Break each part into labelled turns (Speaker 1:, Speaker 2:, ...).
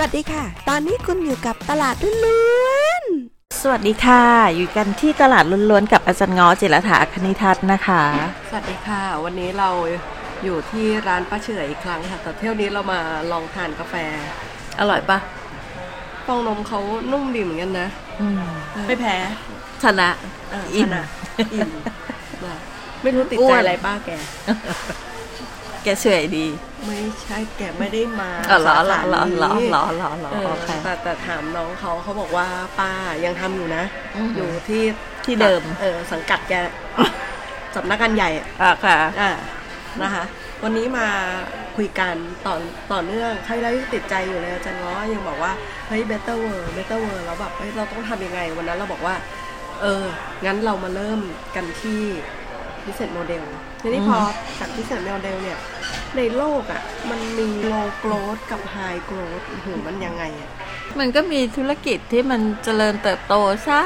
Speaker 1: วัสดีค่ะ ตอนนี้คุณอยู่กับตลาดล้วน
Speaker 2: สวัสดีค่ะ อยู่กันที่ตลาดล้วนๆกับอาจารย์ง้อจิรฐาคณิทัศน์นะคะ
Speaker 3: สวัสดีค่ะ วันนี้เราอยู่ที่ร้านป้าเฉยอีกครั้งค่ะแต่เที่ยวนี้เรามาลองทานกาแฟ อร่อยปะฟองนมเขานุ่มดีเหมือนกันนะ ไม่แพ้
Speaker 2: ชนะ
Speaker 3: เ
Speaker 2: อิ่ม
Speaker 3: ชนะอิ่มนะไม่รู้ติด
Speaker 2: อ้
Speaker 3: ใจ
Speaker 2: วน
Speaker 3: อะไรป้าแก
Speaker 2: แกเฉอยดี
Speaker 3: ไม่ใช่แกไม่ได้มา
Speaker 2: อ๋อเหรอเหรอ
Speaker 3: สา
Speaker 2: เหรอ
Speaker 3: ขา
Speaker 2: เหรอ
Speaker 3: นี้
Speaker 2: เหรอเหรอเหรอ
Speaker 3: เออ
Speaker 2: โอเค
Speaker 3: แต่แต่ถามน้องเขาเขาบอกว่าป้ายังทำอยู่นะ
Speaker 2: อืม
Speaker 3: อยู่ที่
Speaker 2: ที่เดิม
Speaker 3: เออสังกัด แกสำนักงานใหญ่อะ
Speaker 2: อ่ะค่ะ
Speaker 3: อ่านะคะ วันนี้มาคุยกันต่อต่อเนื่องใครแล้วยังติดใจอยู่เลยอาจารย์ง้อยังบอกว่า เฮ้ย better world better world แล้วแบบเฮ้ยเราต้องทำยังไง วันนั้นเราบอกว่า เออ งั้นเรามาเริ่มกันที่ business model ทีนี้พอจาก business model เนี่ย ในโลกอะ่ะ มันมี low growth กับ high growth โอ้โหมันยังไงอะ่ะ
Speaker 2: มันก็มีธุรกิจที่มันเจริญเติบโตซะ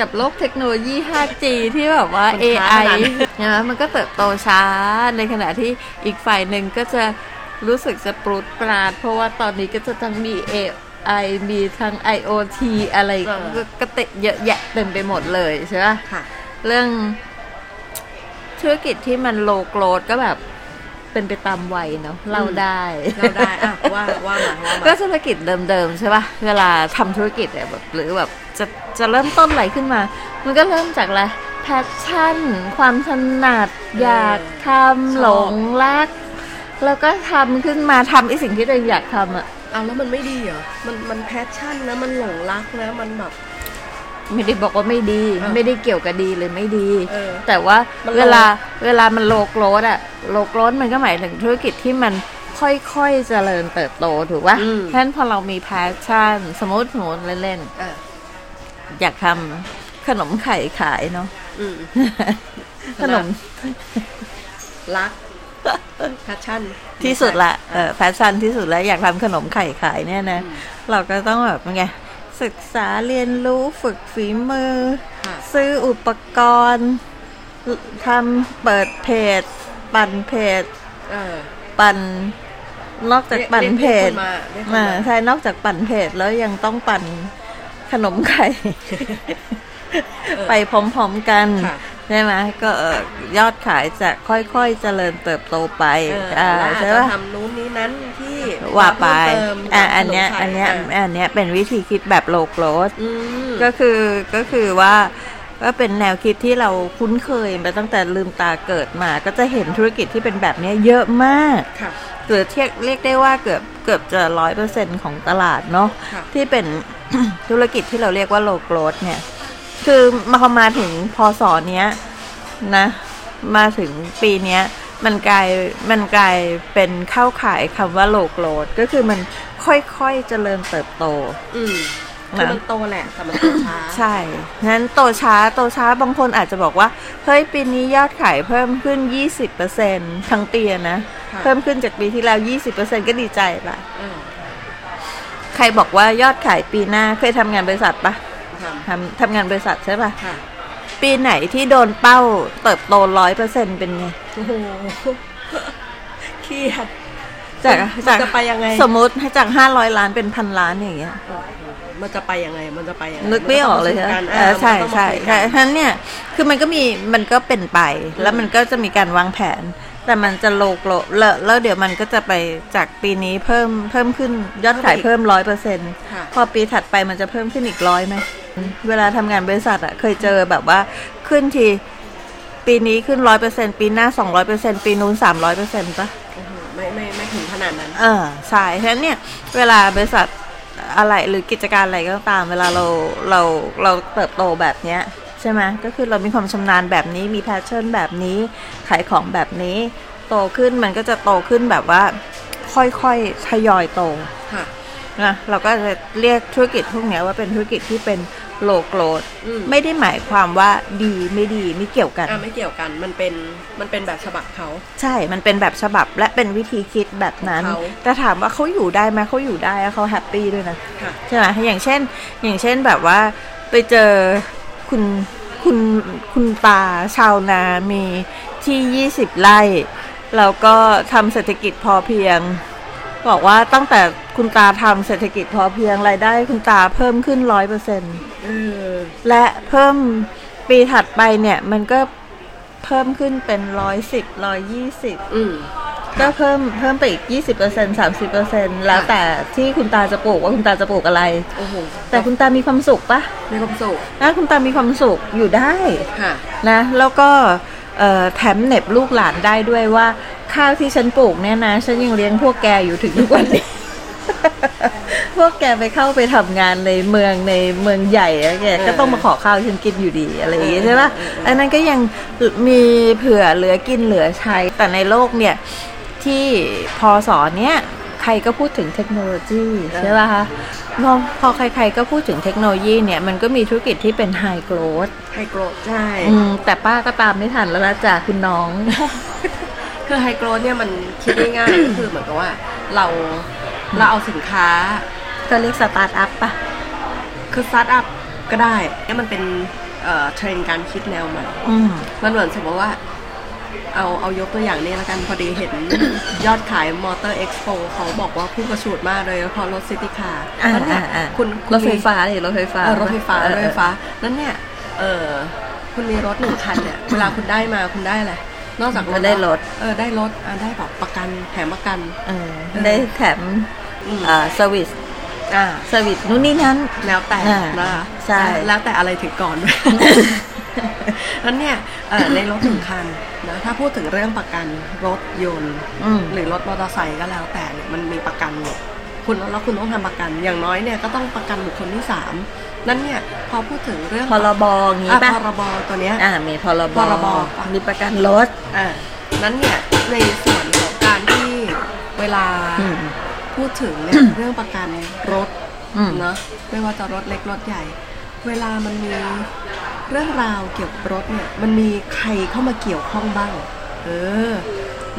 Speaker 2: กับโลกเทคโนโลยี 5G ที่แบบว่า
Speaker 3: มันช้า
Speaker 2: AI
Speaker 3: ขนาดนั้น
Speaker 2: นะมันก็เติบโตช้า ในขณะที่อีกฝ่ายหนึ่งก็จะรู้สึกจะปรุดปราด เพราะว่าตอนนี้ก็จะทั้งมี AI มีทั้ง IoT อะไรก็ก็เตะเยอะแยะเต็มไปหมดเลยใช่ไหม
Speaker 3: ค่ะ
Speaker 2: เรื่องธุรกิจที่มันโลโกรดก็แบบเป็นไปตามวัยเนาะเราได้
Speaker 3: เราได้อ่ะว่าว่ามาว่ามา
Speaker 2: ก็ธุรกิจเดิมๆใช่ป่ะเวลาทำธุรกิจเนี่ยแบบหรือแบบจะจะเริ่มต้นอะไรขึ้นมา มันก็เริ่มจากอะไรแพชชั่น ความถนัดอยากทำหลงรัก แล้วก็ทำขึ้นมาทำไอสิ่งที่ตัวเองอยากทำอะ
Speaker 3: เอาแล้วมันไม่ดีเหรอ มันมันแพชชั่นนะ มันหลงรักนะ มันแบบ
Speaker 2: ไม่ได้บอกว่าไม่ดี
Speaker 3: เออ
Speaker 2: ไม่ได้เกี่ยวกับดีเลยไม่ดี
Speaker 3: เออ
Speaker 2: แต่ว่า
Speaker 3: มันโล
Speaker 2: เวลาเวลามันโลโกรดอะโลโกรดมันก็หมายถึงธุรกิจที่มันค่อยๆเจริญเติบโตถูกปะ
Speaker 3: อืม
Speaker 2: ฉะนั้นพอเรามีแพชชั่น สมมติสมมติเล่น
Speaker 3: อ่ะ
Speaker 2: ๆ อยากทำขนมไข่ขายเนาะ
Speaker 3: อืม
Speaker 2: ขนม
Speaker 3: รัก แพชชั่น
Speaker 2: ที่สุดละเออแพชชั่นที่สุดแล้วอยากทำขนมไข่ขายเนี่ยนะ เราก็ต้องแบบไง ศึกษาเรียนรู้ฝึกฝีมือ
Speaker 3: ค่ะ
Speaker 2: ซื้ออุปกรณ์ทำเปิดเพจ ปั่นเพจ
Speaker 3: เออ
Speaker 2: ปั่นนอกจาก
Speaker 3: เรียก
Speaker 2: ปั่น
Speaker 3: เรียก
Speaker 2: เพจ
Speaker 3: คนมาเรียกคนมา
Speaker 2: อ่าใช่นอกจากปั่นเพจแล้วยังต้องปั่นขนมไข่
Speaker 3: เออ
Speaker 2: ไปพร้อมๆกัน
Speaker 3: ค่ะ
Speaker 2: ใช่ไหมก็เอ่อยอดขายจะค่อยๆเจริญเติบโตไป
Speaker 3: เออ
Speaker 2: อ่า
Speaker 3: แล้ว
Speaker 2: ใช่
Speaker 3: อาจจะ
Speaker 2: ปะ
Speaker 3: ทำนู้นนี้นั้นที่
Speaker 2: ว่าไป
Speaker 3: เพิ่มเติม
Speaker 2: อ่าอันเนี้ย
Speaker 3: ขมไท
Speaker 2: อันเนี้ย
Speaker 3: ะ
Speaker 2: อันเนี้ยเป็นวิธีคิดแบบโลโกรส
Speaker 3: อืม
Speaker 2: ก็คือก็คือว่าก็เป็นแนวคิดที่เราคุ้นเคยมาตั้งแต่ลืมตาเกิดมา ก็จะเห็นธุรกิจที่เป็นแบบเนี้ยเยอะมาก
Speaker 3: ค่ะ
Speaker 2: เกือบเทียบเรียกได้ว่าเกือบเกือบจะร้อยเปอร์เซ็นของตลาดเนาะ
Speaker 3: ค่ะ
Speaker 2: ที่เป็น ธุรกิจที่เราเรียกว่าโลโกรดเนี่ย คือมาพอมาถึงพอสอเนี้ยนะ มาถึงปีเนี้ย มันกลายมันกลายเป็นเข้าขายคำว่าโลโกรดก็คือมันค่อยๆเจริญเติบโต
Speaker 3: อืม
Speaker 2: นะ
Speaker 3: คือมันโตแหละแต่มันโตช้า
Speaker 2: ใช่นั้นโตช้าโตช้าบางคนอาจจะบอกว่า เฮ้ย ปีนี้ยอดขายเพิ่มขึ้น 20%ทั้งปีอะนะ
Speaker 3: ค่ะ
Speaker 2: เพิ่มขึ้นจากปีที่แล้ว 20%ก็ดีใจละ
Speaker 3: เออ
Speaker 2: ใครบอกว่ายอดขายปีหน้าเคยทำงานบริษัทปะ
Speaker 3: ท
Speaker 2: ทำทำงานบริษัทใช่ปะ
Speaker 3: ำค่ะ
Speaker 2: ปีไหนที่โดนเป้าเติบโตร้อยเปอร์เซ็นเป็นไง
Speaker 3: โอ้โหเครียด
Speaker 2: จาก
Speaker 3: มัน
Speaker 2: จาก
Speaker 3: จะไปยังไง
Speaker 2: สมมติให้จากห้าร้อยล้านเป็นพันล้านอย่างเงี้ย
Speaker 3: โอ้โหมันจะไปยังไง มันจะไปยังไง
Speaker 2: นึกไม่ออกเลย
Speaker 3: น
Speaker 2: ใช่
Speaker 3: ต้
Speaker 2: ไหม
Speaker 3: ง
Speaker 2: เออใช่
Speaker 3: ประสบการณ์อ่ะมันต้อง
Speaker 2: ใช่
Speaker 3: มาคุย
Speaker 2: ใช่
Speaker 3: กัน
Speaker 2: ทั้นเนี่ยคือมันก็มีมันก็เป็นไปแล้วมันก็จะมีการวางแผน แต่มันจะโลกโลแล้วแล้วเดี๋ยวมันก็จะไปจากปีนี้เพิ่มเพิ่มขึ้นยอดขาย
Speaker 3: เพิ่
Speaker 2: เพิ่
Speaker 3: ม
Speaker 2: มร้อยเปอร์เซ็นต์
Speaker 3: ค่ะ
Speaker 2: พอปีถัดไปมันจะเพิ่มขึ้นอีกร้อยไหมเวลาทำงานบริษัทอะเคยเจอแบบว่าขึ้นทีปีนี้ขึ้นร้อยเปอร์เซ็นปีหน้าสองร้อยเปอร์เซ็นปีนู้นสามร้อยเปอร์เซ็นปะ
Speaker 3: โอ้โหไม่ไม่ไม่ถึงขนาดนั้น
Speaker 2: เออใช่ฉะนั้นเนี่ยเวลาบริษัทอะไรหรือกิจการอะไรก็ตามเวลาเราเราเราเติบโตแบบเนี้ยใช่ไหมก็คือเรามีความชำนาญแบบนี้มีแพชชั่นแบบนี้ขายของแบบนี้ โตขึ้นมันก็จะโตขึ้นแบบว่าค่อยๆทยอยโต
Speaker 3: ค่ะ
Speaker 2: นะเราก็จะเรียกธุรกิจพวกเนี้ยว่าเป็นธุรกิจที่เป็นโลโกรด
Speaker 3: อืม
Speaker 2: ไม่ได้หมายความว่าดีไม่ดีไม่เกี่ยวกัน
Speaker 3: อ่ะไม่เกี่ยวกัน มันเป็น มันเป็นแบบฉบับเขา
Speaker 2: ใช่ มันเป็นแบบฉบับและเป็นวิธีคิดแบบนั้น
Speaker 3: ของเขา
Speaker 2: แต่ถามว่าเขาอยู่ได้ไหมเขาอยู่ได้อะเขาแฮปปี้ด้วยนะ
Speaker 3: ค่ะ
Speaker 2: ใช่ไหมอย่างเช่น อย่างเช่นแบบว่าไปเจอคุณคุณคุณตาชาวนามีที่ 20 ไร่ แล้วก็ทำเศรษฐกิจพอเพียง บอกว่าตั้งแต่คุณตาทำเศรษฐกิจพอเพียงรายได้คุณตาเพิ่มขึ้นร้อยเปอร์เซ็น
Speaker 3: เออ
Speaker 2: และเพิ่มปีถัดไปเนี่ยมันก็เพิ่มขึ้นเป็นร้อยสิบร้อยยี่สิบ
Speaker 3: อืม
Speaker 2: ก็เพิ่มเพิ่มไปอีก 20% 30%แล้วแต่ที่คุณตาจะปลูกว่าคุณตาจะปลูกอะไร
Speaker 3: โอ้โห
Speaker 2: แต่คุณตามีความสุขปะ
Speaker 3: มีความสุข
Speaker 2: ถ้าคุณตามีความสุขอยู่ได้
Speaker 3: ค่ะ
Speaker 2: นะ แล้วก็เอ่อแถมเหน็บลูกหลานได้ด้วยว่า ข้าวที่ฉันปลูกเนี่ยนะ ฉันยังเลี้ยงพวกแกอยู่ถึงทุกวันนี้ พวกแกไปเข้าไปทำงานในเมืองในเมืองใหญ่อะแกก็ต้องมาขอข้าวฉันกินอยู่ดีอะไรอย่างเงี้ยใช่ปะอันนั้นก็ยังมีเผื่อเหลือกินเหลือใช้ แต่ในโลกเนี่ย ที่พอสอนเนี่ยใครก็พูดถึงเทคโนโลยีใช่ป่ะคะพอพอใครๆก็พูดถึงเทคโนโลยีเนี่ย มันก็มีธุรกิจที่เป็นไฮโกรด
Speaker 3: ให้โกรธใช่
Speaker 2: แต่ป้าก็ตามไม่ทันแล้วละจ้ะคุณน้อง
Speaker 3: คือไฮโกรดเนี่ยมันคิดง่ายๆ ก็คือเหมือนกับว่าเราเราเอาสินค้า
Speaker 2: ก็เรียกสตาร์ทอัพป่ะ
Speaker 3: คือสตาร์ทอัพก็ได้เนี่ยมันเป็นเอ่อเทรนด์การคิดแนวใหม่
Speaker 2: อืม
Speaker 3: มันเหมือนสมมติว่า เอาเอายกตัวอย่างนี้ละกันพอดีเห็น ยอดขายมอเตอร์เอ็กซ์โปเขาบอกว่าพุ่งกระฉูดมากเลยเพราะรถซิตี้คาร์
Speaker 2: อ่า
Speaker 3: นั้นเนี่ย
Speaker 2: อ่าอ่า
Speaker 3: คุณคุณ
Speaker 2: รถไฟ
Speaker 3: มี
Speaker 2: ฟ้าดิรถไฟฟ้า
Speaker 3: เออรถไฟฟ้าร
Speaker 2: เอ
Speaker 3: ถ
Speaker 2: อ
Speaker 3: ไฟฟ้า นั้นเนี่ย เออคุณมีรถหนึ่งคันเนี่ย เวลาคุณได้มาคุณได้อะไร นอกจากรถแล้วเออ ได้รถอ่ะได้แบบประกัน แถมประกัน
Speaker 2: เออได้แถม
Speaker 3: อืม
Speaker 2: อ่าสวิส
Speaker 3: อ่า
Speaker 2: สวิสนู่นนี่นั้น
Speaker 3: แล้วแต่
Speaker 2: อ่า
Speaker 3: นะคะ
Speaker 2: ใช่
Speaker 3: แล้วแต่อะไรถึง ก่อน นั้นเนี่ยเอ่อในรถหนึ่งคันนะ ถ้าพูดถึงเรื่องประกันรถยนต์
Speaker 2: อืม
Speaker 3: หรือรถมอเตอร์ไซค์ก็แล้วแต่เนี่ยมันมีประกันหมดคุณแล้วคุณต้องทำประกัน อย่างน้อยเนี่ยก็ต้องประกันบุคคลที่สามนั้นเนี่ย พอพูดถึงเรื่อง
Speaker 2: พรบอย่างงี้
Speaker 3: อ่ะ
Speaker 2: ป่ะ
Speaker 3: พรบตัวเนี้ย
Speaker 2: อ่ามีพรบ
Speaker 3: พรบ
Speaker 2: มีประกันรถ
Speaker 3: อ่านั้นเนี่ยในส่วนของการที่เวลา
Speaker 2: อืม
Speaker 3: พูดถึงเนี่ย เรื่องประกันรถ
Speaker 2: อืม
Speaker 3: เนาะไม่ว่าจะรถเล็กรถใหญ่ เวลามันมีเรื่องราวเกี่ยวกับรถเนี่ยมันมีใครเข้ามาเกี่ยวข้องบ้าง เออ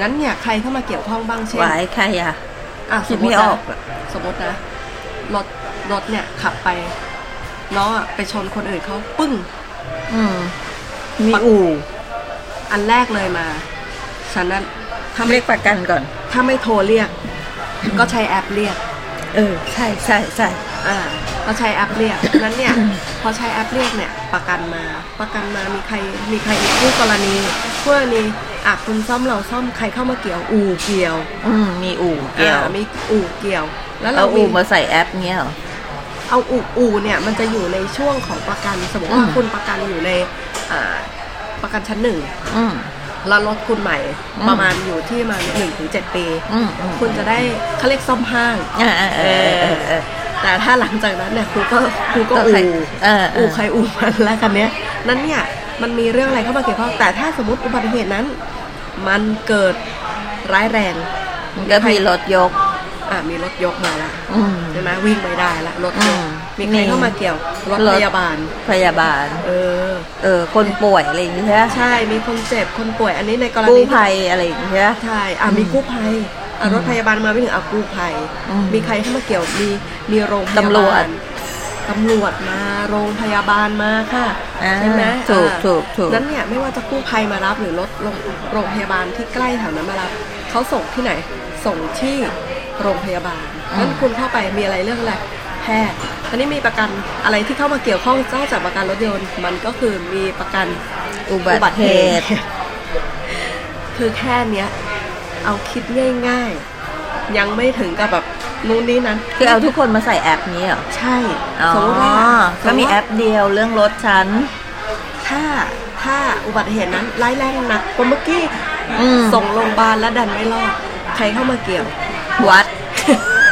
Speaker 3: นั้นเนี่ยใครเข้ามาเกี่ยวข้องบ้างเช่น
Speaker 2: หวายใครอ่ะ
Speaker 3: อ่ะ
Speaker 2: คิดไม่
Speaker 3: สติ
Speaker 2: อ
Speaker 3: นะ
Speaker 2: อกอะ
Speaker 3: สมมตินะรถรถเนี่ยขับไปน้องอ่ะไปชนคนอื่นเขาปึ้ง
Speaker 2: อืม มีอู่
Speaker 3: อันแรกเลยมาฉันนั้นถ้าไม่
Speaker 2: เรียกประกันก่อน
Speaker 3: ถ้าไม่โทรเรียก ก็ใช้แอปเรียก
Speaker 2: เออ ใช่ใช่ใช่
Speaker 3: อ่า ก็ใช้แอปเรียก นั้นเนี่ย พอใช้แอปเรียกเนี่ย ประกันมา ประกันมา มีใคร มีใครอีกคู่กรณีคู่กรณีอ่ะคุณซ่อมเราซ่อม ใครเข้ามาเกี่ยว อู่เกี่ยว
Speaker 2: อืม มีอู่เกี่ยว
Speaker 3: อ่ามีอู่เกี่ยว แล้ว
Speaker 2: เอา
Speaker 3: เรา
Speaker 2: อู่
Speaker 3: มี
Speaker 2: มาใส่แอปเงี้ยเหรอ
Speaker 3: เอาอู่อู่เนี่ยมันจะอยู่ในช่วงของประกัน สมมติ
Speaker 2: อื
Speaker 3: ว่าม คุณประกันอยู่ใน อ่า ประกันชั้นหนึ่ง
Speaker 2: อืม
Speaker 3: แล้วรถคุณใหม่
Speaker 2: อืม
Speaker 3: ประมาณอยู่ที่มาหนึ่งถึงเจ็ดปี
Speaker 2: อืมอืม
Speaker 3: คุณจะได้เขาเรียกซ่อมห้าง
Speaker 2: อ่าอ่าเออเออเออ
Speaker 3: แต่ถ้าหลังจากนั้นเนี่ยครูก็ครูก็
Speaker 2: ต้อง
Speaker 3: อู
Speaker 2: ใส่เออเอ
Speaker 3: อู
Speaker 2: อ
Speaker 3: ใครอูมันแล้วกันเนี้ยนั้นเนี่ยมันมีเรื่องอะไรเข้ามาเกี่ยวข้องแต่ถ้าสมมติอุบัติเหตุนั้น มันเกิดร้ายแรง
Speaker 2: มันก็มีรถยก
Speaker 3: อ่ะมีรถยกมาละ
Speaker 2: อืม
Speaker 3: ใช่ไหมวิ่งไม่ได้ละรถยก
Speaker 2: อืม
Speaker 3: มีใครเข้ามาเกี่ยวรถ
Speaker 2: รถ
Speaker 3: พยาบาล
Speaker 2: พยาบาล
Speaker 3: เออ
Speaker 2: เออ คนป่วยอะไรอย่างเงี้ยใช่ปะ
Speaker 3: ใช่มีคนเจ็บคนป่วยอันนี้ในกรณี
Speaker 2: กู้
Speaker 3: ที่
Speaker 2: ภัยอะไรอย่างเงี้ย
Speaker 3: ใช่อ่ะมีกู้ภัยอ่ะรถพยาบาลมาไม่ถึงอ่ะกู้ภัย
Speaker 2: อืม
Speaker 3: มีใครเข้ามาเกี่ยว มี มีโรงพยาบาล
Speaker 2: ตำรวจ
Speaker 3: ตำรวจมา โรงพยาบาลมาค่ะ
Speaker 2: อ่า
Speaker 3: ใช่ไหม
Speaker 2: ถูก
Speaker 3: อ่ะ
Speaker 2: ถูกถูก
Speaker 3: นั้นเนี่ยไม่ว่าจะกู้ภัยมารับหรือรถโรงโรงพยาบาลที่ใกล้แถวนั้นมารับ เขาส่งที่ไหน ส่งที่โรงพยาบาลนั้นคุณเข้าไปมีอะไรเรื่องอะไร แพทย์อันนี้มีประกันอะไรที่เข้ามาเกี่ยวข้องนอกจากประกันรถยนต์ มันก็คือมีประกัน
Speaker 2: อุบัติเหตุ
Speaker 3: คือแค่เนี้ย เอาคิดง่ายๆ ยังไม่ถึงกับแบบนู่นนี่นั้น
Speaker 2: คือเอาทุกคนมาใส่แอปนี้เหรอ
Speaker 3: ใช่
Speaker 2: อ๋อ
Speaker 3: สมมติว่า
Speaker 2: ก็มีแอป
Speaker 3: สติ
Speaker 2: เดียวเรื่องรถฉัน
Speaker 3: ว่าถ้าถ้าอุบัติเหตุนั้นร้ายแรงหนักกว่าเมื่อกี้
Speaker 2: อืม
Speaker 3: ส่งโรงพยาบาลแล้วดันไม่รอด ใครเข้ามาเกี่ยว
Speaker 2: วัด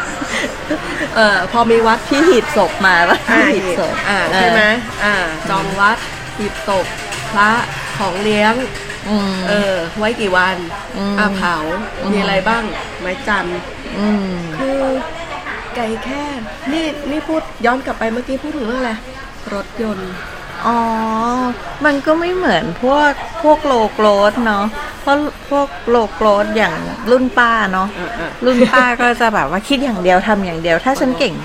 Speaker 3: เออพอมีวัด
Speaker 2: พี่หีบศพมาปะ
Speaker 3: อ่า
Speaker 2: พี่หีบศพ
Speaker 3: อ่า
Speaker 2: เออ
Speaker 3: ใช่ไหมอ่า จองวัดหีบศพพระของเลี้ยง
Speaker 2: อืม
Speaker 3: เออ ไว้กี่วัน
Speaker 2: อืม
Speaker 3: เผา มีอะไรบ้าง ไม้จันทร์
Speaker 2: อืม
Speaker 3: คือไก่แค่นี่นี่พูดย้อนกลับไปเมื่อกี้พูดถึงเรื่องอะไร รถยนต์
Speaker 2: อ๋อ มันก็ไม่เหมือนพวกพวกโลโกรดเนาะ เพราะพวกโลโกรดอย่างรุ่นป้าเนาะ
Speaker 3: เออเออ
Speaker 2: รุ่นป้าก็จะแบบว่าคิดอย่างเดียวทำอย่างเดียว ถ้าฉันเก่ง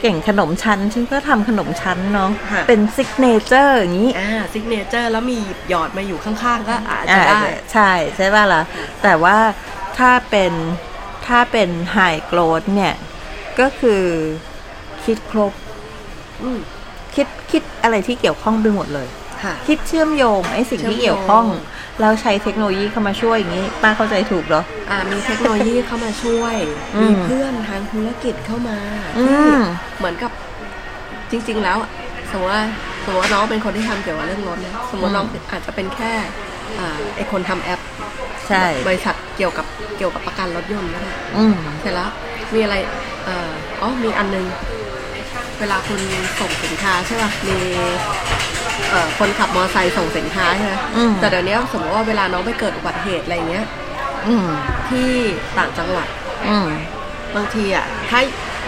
Speaker 2: เก่งขนมชั้นฉันก็ทำขนมชั้นเนาะ
Speaker 3: ค่ะ
Speaker 2: เป็นซิกเนเจอร์อย่างนี้
Speaker 3: อ่าซิกเนเจอร์แล้วมีหยิบหยอดมาอยู่ข้างๆ ก็อาจจะ
Speaker 2: อ่า
Speaker 3: ได้
Speaker 2: ใช่ใช่ป่ะล่ะแต่ว่าถ้าเป็น ถ้าเป็นไฮโกรดเนี่ย ก็คือคิดครบ
Speaker 3: อืม
Speaker 2: คิดคิดอะไรที่เกี่ยวข้องไปหมดเลย
Speaker 3: ค่ะ
Speaker 2: คิดเชื่อมโยงไอ้สิ่งที่
Speaker 3: เชื่อมโยง
Speaker 2: เกี่ยวข้อง แล้วใช้เทคโนโลยีเข้ามาช่วยอย่างนี้ป้าเข้าใจถูกเหรอ
Speaker 3: อ่ามีเทคโนโลยีเข้ามาช่วย
Speaker 2: อืม
Speaker 3: มีเพื่อนทางธุรกิจเข้ามา
Speaker 2: อื
Speaker 3: ที่
Speaker 2: ม
Speaker 3: เหมือนกับจริง ๆ แล้วอะสมมติว่าสมมติว่าน้องเป็นคนที่ทำเกี่ยวกับเรื่องรถนะสมมติน้องอาจจะเป็นแค่อ่าไอคนทำแอป
Speaker 2: ใช่
Speaker 3: บริษัทเกี่ยวกับเกี่ยวกับประกันรถยนต์นั่นแหละ
Speaker 2: อืม
Speaker 3: เสร็จแล้วมีอะไรเอ่ออ๋อมีอันนึง เวลาคุณส่งสินค้าใช่ป่ะมีเอ่อคนขับมอเตอร์ไซค์ส่งสินค้าใช่ไหม
Speaker 2: อืม
Speaker 3: แต่เดี๋ยวนี้สมมติว่าเวลาน้องไปเกิดอุบัติเหตุอะไรเงี้ย
Speaker 2: อืม
Speaker 3: ที่ต่างจังหวัด
Speaker 2: อืม
Speaker 3: บางทีอ่ะถ้า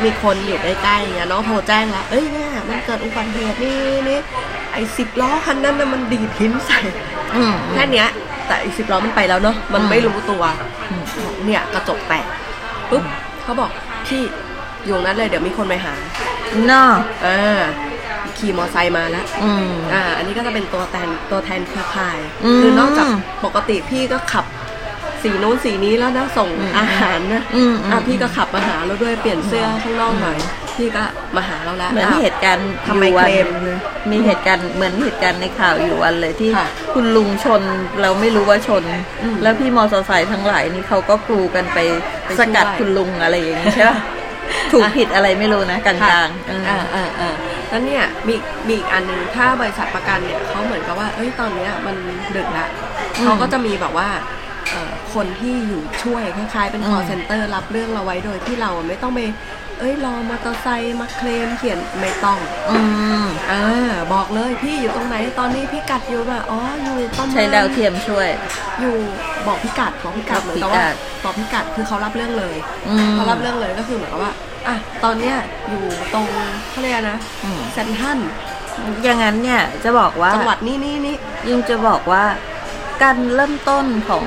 Speaker 3: มีคนอยู่ใกล้ๆเงี้ยน้องโทรแจ้งแล้วเอ้ยเนี่ยมันเกิดอุบัติเหตุนี่นี่ไอ้สิบล้อคันนั้นน่ะมันดีดหินใส่
Speaker 2: อืม
Speaker 3: แค่เนี้ย แต่อีกสิบล้อมันไปแล้วเนาะมัน
Speaker 2: อืม
Speaker 3: ไม่รู้ตัว
Speaker 2: อืม
Speaker 3: บอกเนี่ยกระจกแตกปุ๊บเขาบอกพี่อยู่ตรงนั้นเลยเดี๋ยวมีคนไปหา
Speaker 2: เนาะ
Speaker 3: อ่าขี่มอไซค์มาแล้ว
Speaker 2: อืม
Speaker 3: อ่า อันนี้ก็จะเป็นตัวแทนตัวแทนเครือข่าย
Speaker 2: อืม
Speaker 3: คือนอกจากปกติพี่ก็ขับสีนู้นสีนี้แล้วนะส่ง
Speaker 2: อืม
Speaker 3: อาหารนะ
Speaker 2: อืมอืม
Speaker 3: ะพี่ก็ขับมาหาเราด้วยเปลี่ยนเสื้อข้างนอกหน่อยพี่ก็มาหาเราแล้ว
Speaker 2: เหมือน
Speaker 3: อ้าว
Speaker 2: เหตุการณ์
Speaker 3: ทำไม
Speaker 2: อยู่วัน
Speaker 3: เคลม
Speaker 2: มีเหตุการณ์เหมือนเหตุการณ์ในข่าวอยู่วันเลยที่
Speaker 3: ค่ะ
Speaker 2: คุณลุงชนเราไม่รู้ว่าชน
Speaker 3: อืม
Speaker 2: แล้วพี่มอเตอร์ไซค์ทั้งหลายนี่เขาก็กลูกันไป
Speaker 3: ไป
Speaker 2: สกัด
Speaker 3: ช่วย
Speaker 2: คุณลุงอะไรอย่างนี้ใช่ปะถูกผิดอะไรไม่รู้นะกลางๆเอออ
Speaker 3: อ่าอ่าอ่าแล้วเนี่ยมีมีอีกอันหนึงถ้าบริษัทประกันเนี่ยเขาเหมือนกับว่า เอ้ยตอนเนี้ยมันดึกละ
Speaker 2: อืม
Speaker 3: เขาก็จะมีแบบว่าเอ่อคนที่อยู่ช่วยคล้ายๆเป็น
Speaker 2: อืม
Speaker 3: call center รับเรื่องเราไว้โดยที่เราไม่ต้องไปเอ้ยรอมอเตอร์ไซค์มาเคลมเขียนไม่ต้อง
Speaker 2: อืม
Speaker 3: อ่าบอกเลยพี่อยู่ตรงไหนตอนนี้พี่กัดอยู่แบบอ๋ออยู่ต้นไม้
Speaker 2: ใช้ดาวเทียมช่วย
Speaker 3: อยู่บอกพี่กัดบอกพี่กัดเหมือนกับว่า
Speaker 2: บอกพิกัด
Speaker 3: บอกพี่กัดคือเขารับเรื่องเลย
Speaker 2: อืม
Speaker 3: เขารับเรื่องเลยก็คือเหมือนกับว่า อ่ะ ตอนเนี้ยอยู่ตรงเขาเรียกนะ
Speaker 2: อืม
Speaker 3: เซนทรัน
Speaker 2: อย่างนั้นเนี่ยจะบอกว่า
Speaker 3: จังหวัดนี้นี่นี่
Speaker 2: ยิ่งจะบอกว่าการเริ่มต้นของ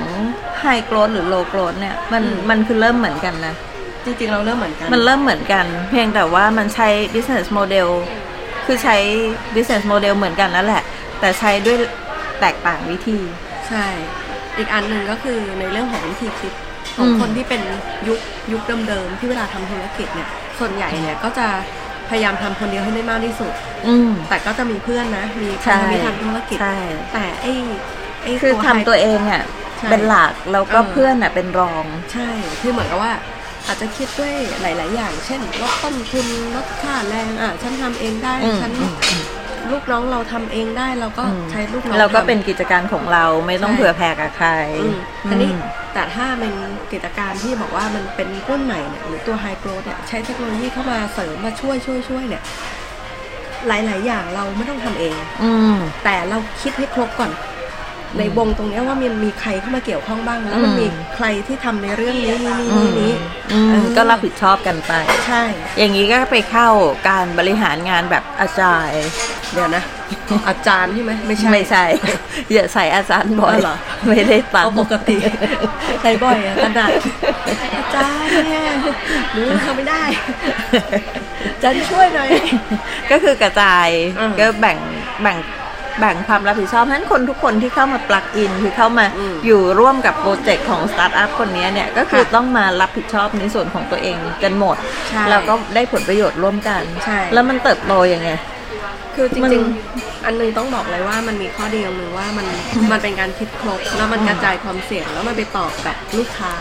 Speaker 2: ไฮโกรดหรือโลโกรดเนี่ยมันมันคือเริ่มเหมือนกันนะ
Speaker 3: จริงๆ เราเริ่มเหมือนกัน
Speaker 2: มันเริ่มเหมือนกัน เพียงแต่ว่ามันใช้ business model คือใช้ business model เหมือนกันนั่นแหละ แต่ใช้ด้วยแตกต่างวิธี
Speaker 3: ใช่ อีกอันหนึ่งก็คือในเรื่องของวิธีคิดของ
Speaker 2: อืม
Speaker 3: คนที่เป็นยุคยุคเดิมๆที่เวลาทำธุรกิจเนี่ย ส่วนใหญ่เนี่ยก็จะพยายามทำคนเดียวให้ได้มากที่สุด
Speaker 2: อืม
Speaker 3: แต่ก็จะมีเพื่อนนะ มีค
Speaker 2: ใช่
Speaker 3: นที่ทำธุรกิจ
Speaker 2: ใช่
Speaker 3: แต่ไอ้ไอ้
Speaker 2: คือ
Speaker 3: ไฮ
Speaker 2: ทำตัวเองอะ่ะ
Speaker 3: ใช่
Speaker 2: เป็นหลัก แล้วก็
Speaker 3: เออ
Speaker 2: เพื่อนอะ่ะเป็นรอง
Speaker 3: ใช่คือเหมือนกับว่าอาจจะคิดด้วยหลาย ๆ อย่าง เช่นลดต้นทุนลดค่าแรงอ่ะฉันทำเองได้
Speaker 2: อืม
Speaker 3: ฉัน
Speaker 2: อืม
Speaker 3: ลูกน้องเราทำเองได้เราก็
Speaker 2: อืม
Speaker 3: ใช้ลูกน้อง
Speaker 2: เราก็
Speaker 3: ทำ
Speaker 2: เป็นกิจการของเราไม่ต้อง
Speaker 3: ใช่
Speaker 2: เผื่อแผ่กับใคร
Speaker 3: อืมอันนี้
Speaker 2: ม
Speaker 3: แต่ถ้าเป็นกิจการที่บอกว่ามันเป็นรุ่นใหม่เนี่ยหรือตัวไฮโกรดเนี่ยใช้เทคโนโลยีเข้ามาเสริมมาช่วยช่วยช่วยเนี่ยหลาย ๆ อย่างเราไม่ต้องทำเอง
Speaker 2: อืม
Speaker 3: แต่เราคิดให้ครบก่อน ในวงตรงเนี้ยว่ามันมีใครเข้ามาเกี่ยวข้องบ้างแล้วมัน
Speaker 2: อืม
Speaker 3: มีใครที่ทำในเรื่องนี้นี้นี้
Speaker 2: อื
Speaker 3: นี้
Speaker 2: ม
Speaker 3: นี้
Speaker 2: อืม
Speaker 3: เออ
Speaker 2: ก็รับผิดชอบกันไป
Speaker 3: ใช่
Speaker 2: อย่างนี้ก็ไปเข้าการบริหารงานแบบอาจารย์
Speaker 3: เดี๋ยวนะ อาจารย์ใช่ไหมไม่ใช่
Speaker 2: ไม่ใช่ อย่าใส่อาจารย์บ่อย
Speaker 3: อ๋อเหรอ
Speaker 2: ไม่ได้ตัง
Speaker 3: เอา
Speaker 2: ค์
Speaker 3: ปกติ ใช้บ่อยอะกระดาษอาจารย์เนี่ยหนูทำไม่ได้อาจารย์ช่วยหน่อย
Speaker 2: ก็คือกระจาย
Speaker 3: อืม
Speaker 2: ก็แบ่งแบ่งแบ่งความรับผิดชอบเพราะฉะนั้นคนทุกคนที่เข้ามาปลักอินคือเข้ามา
Speaker 3: อืม
Speaker 2: อยู่ร่วมกับโปรเจกต์ของสตาร์ทอัพคนนี้เนี่ยก็คือ
Speaker 3: ค่ะ
Speaker 2: ต้องมารับผิดชอบในส่วนของตัวเองกันหมด
Speaker 3: ใช่
Speaker 2: แล้วก็ได้ผลประโยชน์ร่วมกัน
Speaker 3: ใช่
Speaker 2: แล้วมันเติบโตยังไง
Speaker 3: คือจ
Speaker 2: มัน
Speaker 3: ริงๆ อันหนึงต้องบอกเลยว่ามันมีข้อดีอย่างหนึ่งว่ามันมันเป็นการคิดครบแล้วมันกระจายความเสี่ยงแล้วมันไปตอบกับลูกค้า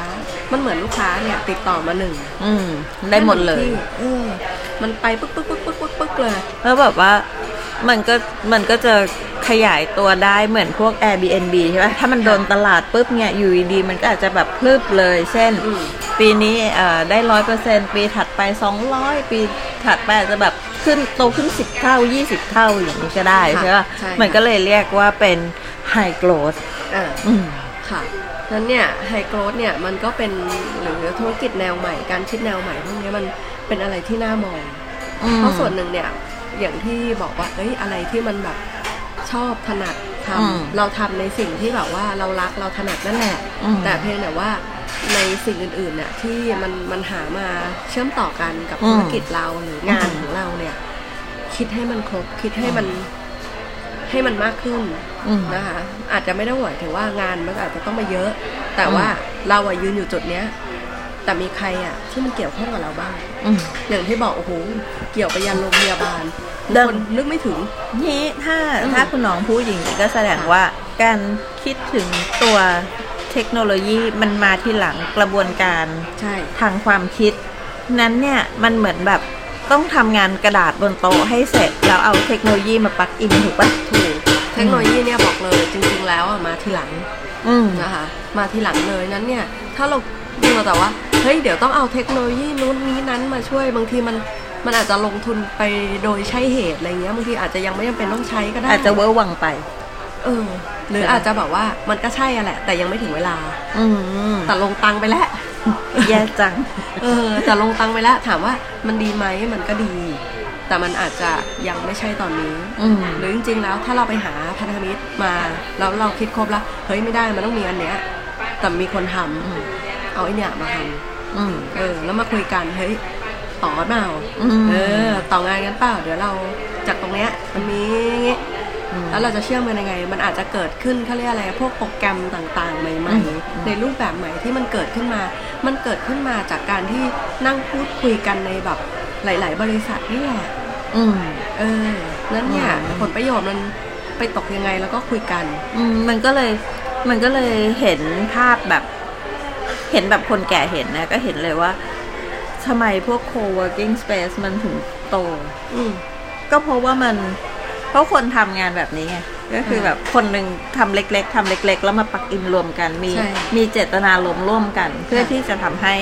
Speaker 3: มันเหมือนลูกค้าเนี่ยติดต่อมาหนึ่ง
Speaker 2: ืมได้หมดเลย
Speaker 3: ที่เออมันไปปึ๊กปึ๊กปึ๊กปึ๊กปึ๊กปึ๊กเลย
Speaker 2: แล้วแบบว่ามันก็มันก็จะขยายตัวได้เหมือนพวก Airbnb ใช่ไหมถ้ามันโดนตลาดปุ๊บเนี่ยอยู่ดีๆมันก็อาจจะแบบพลืบเลยเช่น
Speaker 3: อืม
Speaker 2: ปีนี้เอ่อได้ร้อยเปอร์เซ็นปีถัดไปสองร้อยปีถัดไปอาจจะแบบขึ้นโตขึ้นสิบเท่ายี่สิบเท่าอย่างนี้ก็ได้
Speaker 3: ค่ะ
Speaker 2: ใช่ป่ะ
Speaker 3: ใช่
Speaker 2: มันก็เลยเรียกว่าเป็นไฮโกรด
Speaker 3: อ่า
Speaker 2: อืม
Speaker 3: ค่ะนั้นเนี่ยไฮโกรดเนี่ยมันก็เป็นหรือธุรกิจแนวใหม่การคิดแนวใหม่พวกเนี้ยมันเป็นอะไรที่น่ามอง เพราะส่วนหนึ่งเนี่ยอย่างที่บอกว่าเอ้ยอะไรที่มันแบบชอบถนัดท
Speaker 2: อืม
Speaker 3: ำเราทำในสิ่งที่แบบว่าเรารักเราถนัดนั่นแหละ
Speaker 2: อืม
Speaker 3: แต่เพียงแต่ว่าในสิ่งอื่นๆเนี่ยที่มันมันหามาเชื่อมต่อกันกับ
Speaker 2: อืม
Speaker 3: ธุรกิจเราหรืองาน
Speaker 2: อืม
Speaker 3: ของเราเนี่ย คิดให้มันครบคิดให้มันให้มันมากขึ้น
Speaker 2: อืม
Speaker 3: นะคะอาจจะไม่ได้หมายถึงว่างานมันอาจจะต้องมาเยอะ แต่ว่าเราอะยืนอยู่จุดเนี้ย แต่มีใครอ่ะที่มันเกี่ยวข้องกับเราบ้าง
Speaker 2: อืม
Speaker 3: อย่างที่บอกโอ้โหเกี่ยวไปยันโรงพยาบาล
Speaker 2: เดิน
Speaker 3: คนนึกไม่ถึง
Speaker 2: นี่ถ้า
Speaker 3: อืม
Speaker 2: ถ้าคุณหน้องพูดอย่างนี้ก็แสดง
Speaker 3: ค่ะ
Speaker 2: ว่าการคิดถึงตัวเทคโนโลยีมันมาที่หลังกระบวนการ
Speaker 3: ใช่
Speaker 2: ทางความคิด นั้นเนี่ยมันเหมือนแบบต้องทำงานกระดาษบนโต๊ะให้เสร็จ แล้วเอาเทคโนโลยีมาปลักอินถูกปะ
Speaker 3: ถูกเทคโนโลยีเนี่ยบอกเลยจริง ๆ แล้วอะมาทีหลัง
Speaker 2: อืม
Speaker 3: นะคะมาทีหลังเลยนั้นเนี่ยถ้าเราดูแต่ว่าเฮ้ยเดี๋ยวต้องเอาเทคโนโลยีนู้นนี้นั้นมาช่วยบางทีมันมันอาจจะลงทุนไปโดยใช่เหตุอะไรเงี้ยบางทีอาจจะยังไม่จำเป็นต้องใช้ก็ได้
Speaker 2: อาจจะเวอร์วังไป
Speaker 3: เออหรืออาจจะแบบว่ามันก็ใช่อะแหละ แต่ยังไม่ถึงเวลา
Speaker 2: อืม
Speaker 3: แต่ลงตังค์ไปแล้ว
Speaker 2: แย่จัง
Speaker 3: เออแต่ลงตังค์ไปแล้วถามว่ามันดีไหมมันก็ดี แต่มันอาจจะยังไม่ใช่ตอนนี้
Speaker 2: อืม
Speaker 3: หรือจริงๆแล้วถ้าเราไปหาพันธมิตรมาแล้วเราคิดครบแล้วเฮ้ยไม่ได้มันต้องมีอันเนี้ยแต่มีคนทำ
Speaker 2: อืม
Speaker 3: เอาไอเนี้ยมาท
Speaker 2: อืม
Speaker 3: ำเออแล้วมาคุยกันเฮ้ยต่อเปล่า
Speaker 2: อืม
Speaker 3: เออต่องานกันเปล่าเดี๋ยวเราจากตรงเนี้ยมันมีอย่างงี้แล้วเราจะเชื่อมกันยังไง มันอาจจะเกิดขึ้นเขาเรียกอะไรพวกโปรแกรมต่างๆ ใหม่ๆ ในรูปแบบใหม่ที่มันเกิดขึ้นมา มันเกิดขึ้นมาจากการที่นั่งพูดคุยกันในแบบหลาย ๆ บริษัทนี่แหละ
Speaker 2: อืม
Speaker 3: เออ นั้นเนี่ย
Speaker 2: อืม
Speaker 3: ผลประโยชน์มันไปตกยังไงแล้วก็คุยกัน
Speaker 2: อืมมันก็เลยมันก็เลยเห็นภาพแบบ เห็นแบบคนแก่เห็นนะ ก็เห็นเลยว่าทำไมพวก co-working space มันถึงโต
Speaker 3: อืม
Speaker 2: ก็เพราะว่ามัน เพราะคนทำงานแบบนี้ไงก็คือแบบคนหนึ่งทำเล็ก ๆทำเล็ก ๆ แล้วมาปักอินรวมกัน มี
Speaker 3: ใช่
Speaker 2: มีเจตนาลมณ์ร่วมกัน เพื่อที่จะทำให้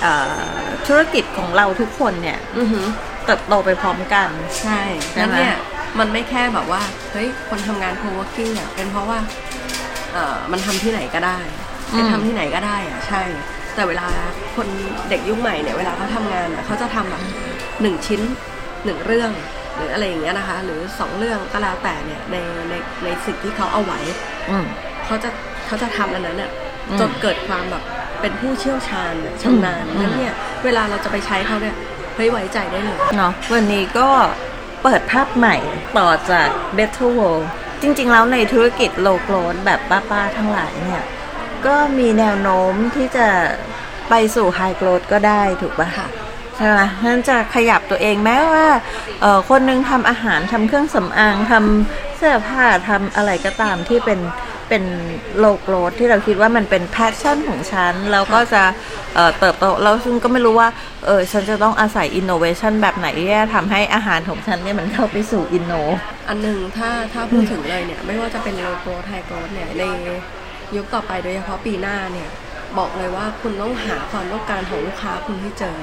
Speaker 2: เอ่อธุรกิจของเราทุกคนเนี่ย
Speaker 3: ือหือ
Speaker 2: เติบโตไปพร้อมกัน
Speaker 3: ใช่
Speaker 2: ใช่
Speaker 3: นั้น
Speaker 2: ไหม
Speaker 3: เนี่ยมันไม่แค่แบบว่า เฮ้ย คนทำงาน co-working อ่ะเป็นเพราะว่าเอ่อมันทำที่ไหนก็ได้ไปทำที่ไหนก็ได้อ่ะใช่ แต่เวลาคนเด็กยุคใหม่เนี่ยเวลาเขาทำงานอ่ะเขาจะทำแบบหนึ่งชิ้นหนึ่งเรื่อง หรืออะไรอย่างเงี้ยนะคะ หรือสองเรื่องก็แล้วแต่เนี่ยในในในสิ่งที่เขาเอาไหว
Speaker 2: อืม
Speaker 3: เขาจะเขาจะทำอันนั้นน่ะ
Speaker 2: อืม
Speaker 3: จนเกิดความแบบเป็นผู้เชี่ยวชาญน่ะชำนาญ
Speaker 2: อืม
Speaker 3: นั้นเนี่ย เวลาเราจะไปใช้เขาเนี่ยเฮ้ยไว้ใจได้เลย
Speaker 2: เนาะวันนี้ก็เปิดภาพใหม่ต่อจาก Better World จริง ๆ แล้วในธุรกิจโลโกลนแบบป้า ๆ ทั้งหลายเนี่ย ก็มีแนวโน้มที่จะไปสู่ไฮโกลดก็ได้ถูกปะ
Speaker 3: ค่ะ
Speaker 2: ใช่ไหมนั่นจะขยับตัวเองแม้ว่าเอ่อคนหนึงทำอาหารทำเครื่องสำอางทำเสื้อผ้าทำอะไรก็ตามที่เป็นเป็นโลโกลดที่เราคิดว่ามันเป็นแพชชั่นของฉัน แล้วก็จะเอ่อเติบโตแล้วซึ่งก็ไม่รู้ว่าเออฉันจะต้องอาศัยอินโนเวชันแบบไหนที่จะทำให้อาหารของฉันเนี่ยมันเข้าไปสู่อินโน
Speaker 3: อันหนึ่งถ้าถ้าพูดถึงเลยเนี่ย ไม่ว่าจะเป็นโลโก้ไทยโกลดเนี่ยในยุคต่อไปโดยเฉพาะปีหน้าเนี่ย บอกเลยว่าคุณต้องหาความต้องการของลูกค้าคุณให้เจอ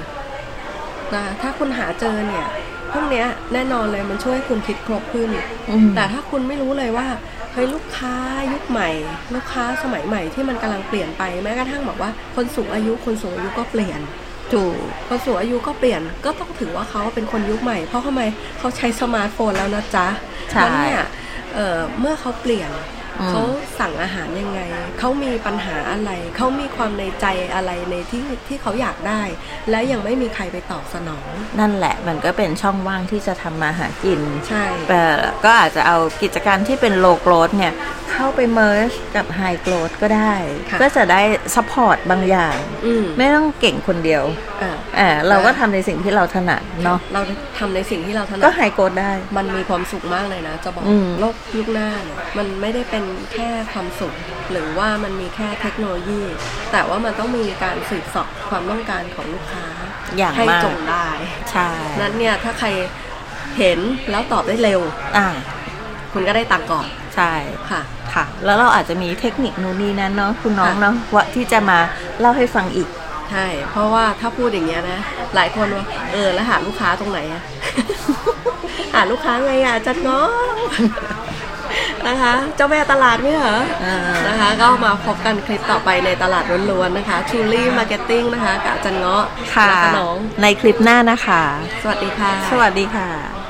Speaker 3: นะถ้าคุณหาเจอเนี่ยพวกเนี้ยแน่นอนเลยมันช่วยคุณคิดครบขึ้น
Speaker 2: อืม
Speaker 3: แต่ถ้าคุณไม่รู้เลยว่าเฮ้ยลูกค้ายุคใหม่ ลูกค้าสมัยใหม่ที่มันกำลังเปลี่ยนไปแม้กระทั่งแบบว่าคนสูงอายุคนสูงอายุก็เปลี่ยน
Speaker 2: ถูก
Speaker 3: คนสูงอายุก็เปลี่ยนก็ต้องถือว่าเขาเป็นคนยุคใหม่ เพราะทำไมเขาใช้สมาร์ทโฟนแล้วนะจ๊ะ
Speaker 2: ใช่
Speaker 3: แล้วเนี่ยเอ่อเมื่อเขาเปลี่ยน
Speaker 2: อืม
Speaker 3: เขาสั่งอาหารยังไง เขามีปัญหาอะไร เขามีความในใจอะไรในที่ที่เขาอยากได้ และยังไม่มีใครไปตอบสนอง
Speaker 2: นั่นแหละมันก็เป็นช่องว่างที่จะทำมาหากิน
Speaker 3: ใช่
Speaker 2: แต่ก็อาจจะเอากิจการที่เป็นโลโก t h เนี่ย เข้าไปเม r ร์กับไฮโก t h ก็ได้
Speaker 3: ค่ะ
Speaker 2: ก็จะได้ซัพพอร์ตบางอย่าง
Speaker 3: อืม
Speaker 2: ไม่ต้องเก่งคนเดียว
Speaker 3: อ่ะ
Speaker 2: อ่าเราก็ทำในสิ่งที่เราถนัดเนาะ
Speaker 3: เราทำในสิ่งที่เราถนัด
Speaker 2: ก็ไฮโก t h ได้
Speaker 3: มันมีความสุขมากเลยนะ จะบอก
Speaker 2: อืม
Speaker 3: โลกยุคหน้าเนี่ยมันไม่ได้เป็นแค่ความสุข หรือว่ามันมีแค่เทคโนโลยี แต่ว่ามันต้องมีการสืบเสอบความต้องการของลูกค้า
Speaker 2: อย่างมาก
Speaker 3: ให้จงได้
Speaker 2: ใช่
Speaker 3: นั้นเนี่ยถ้าใครเห็นแล้วตอบได้เร็ว
Speaker 2: อ่า
Speaker 3: คุณก็ได้ตังค์ก่อน
Speaker 2: ใช่
Speaker 3: ค่ะ
Speaker 2: ค่ะ แล้วเราอาจจะมีเทคนิคนู่นนี่นั้นเนาะคุณน้อง
Speaker 3: ค่ะ
Speaker 2: เนาะว่าที่จะมาเล่าให้ฟังอีก
Speaker 3: ใช่ เพราะว่าถ้าพูดอย่างเงี้ยนะ หลายคนว่าเออแล้วหาลูกค้าตรงไหนอะ หาลูกค้าไงอะอา จัดง้อ นะคะ เจ้าแม่ตลาดไม่เหรอ
Speaker 2: อ่าน
Speaker 3: นะคะ ก็มาพบกันคลิปต่อไปในตลาดล้วนๆนะคะชูลี่มาร์เก็ตติ้งนะคะกับอาจันเงาะ
Speaker 2: ค่ะ
Speaker 3: และกับน้อง
Speaker 2: ในคลิปหน้านะคะ
Speaker 3: สวัสดีค่ะ
Speaker 2: สวัสดีค่ะ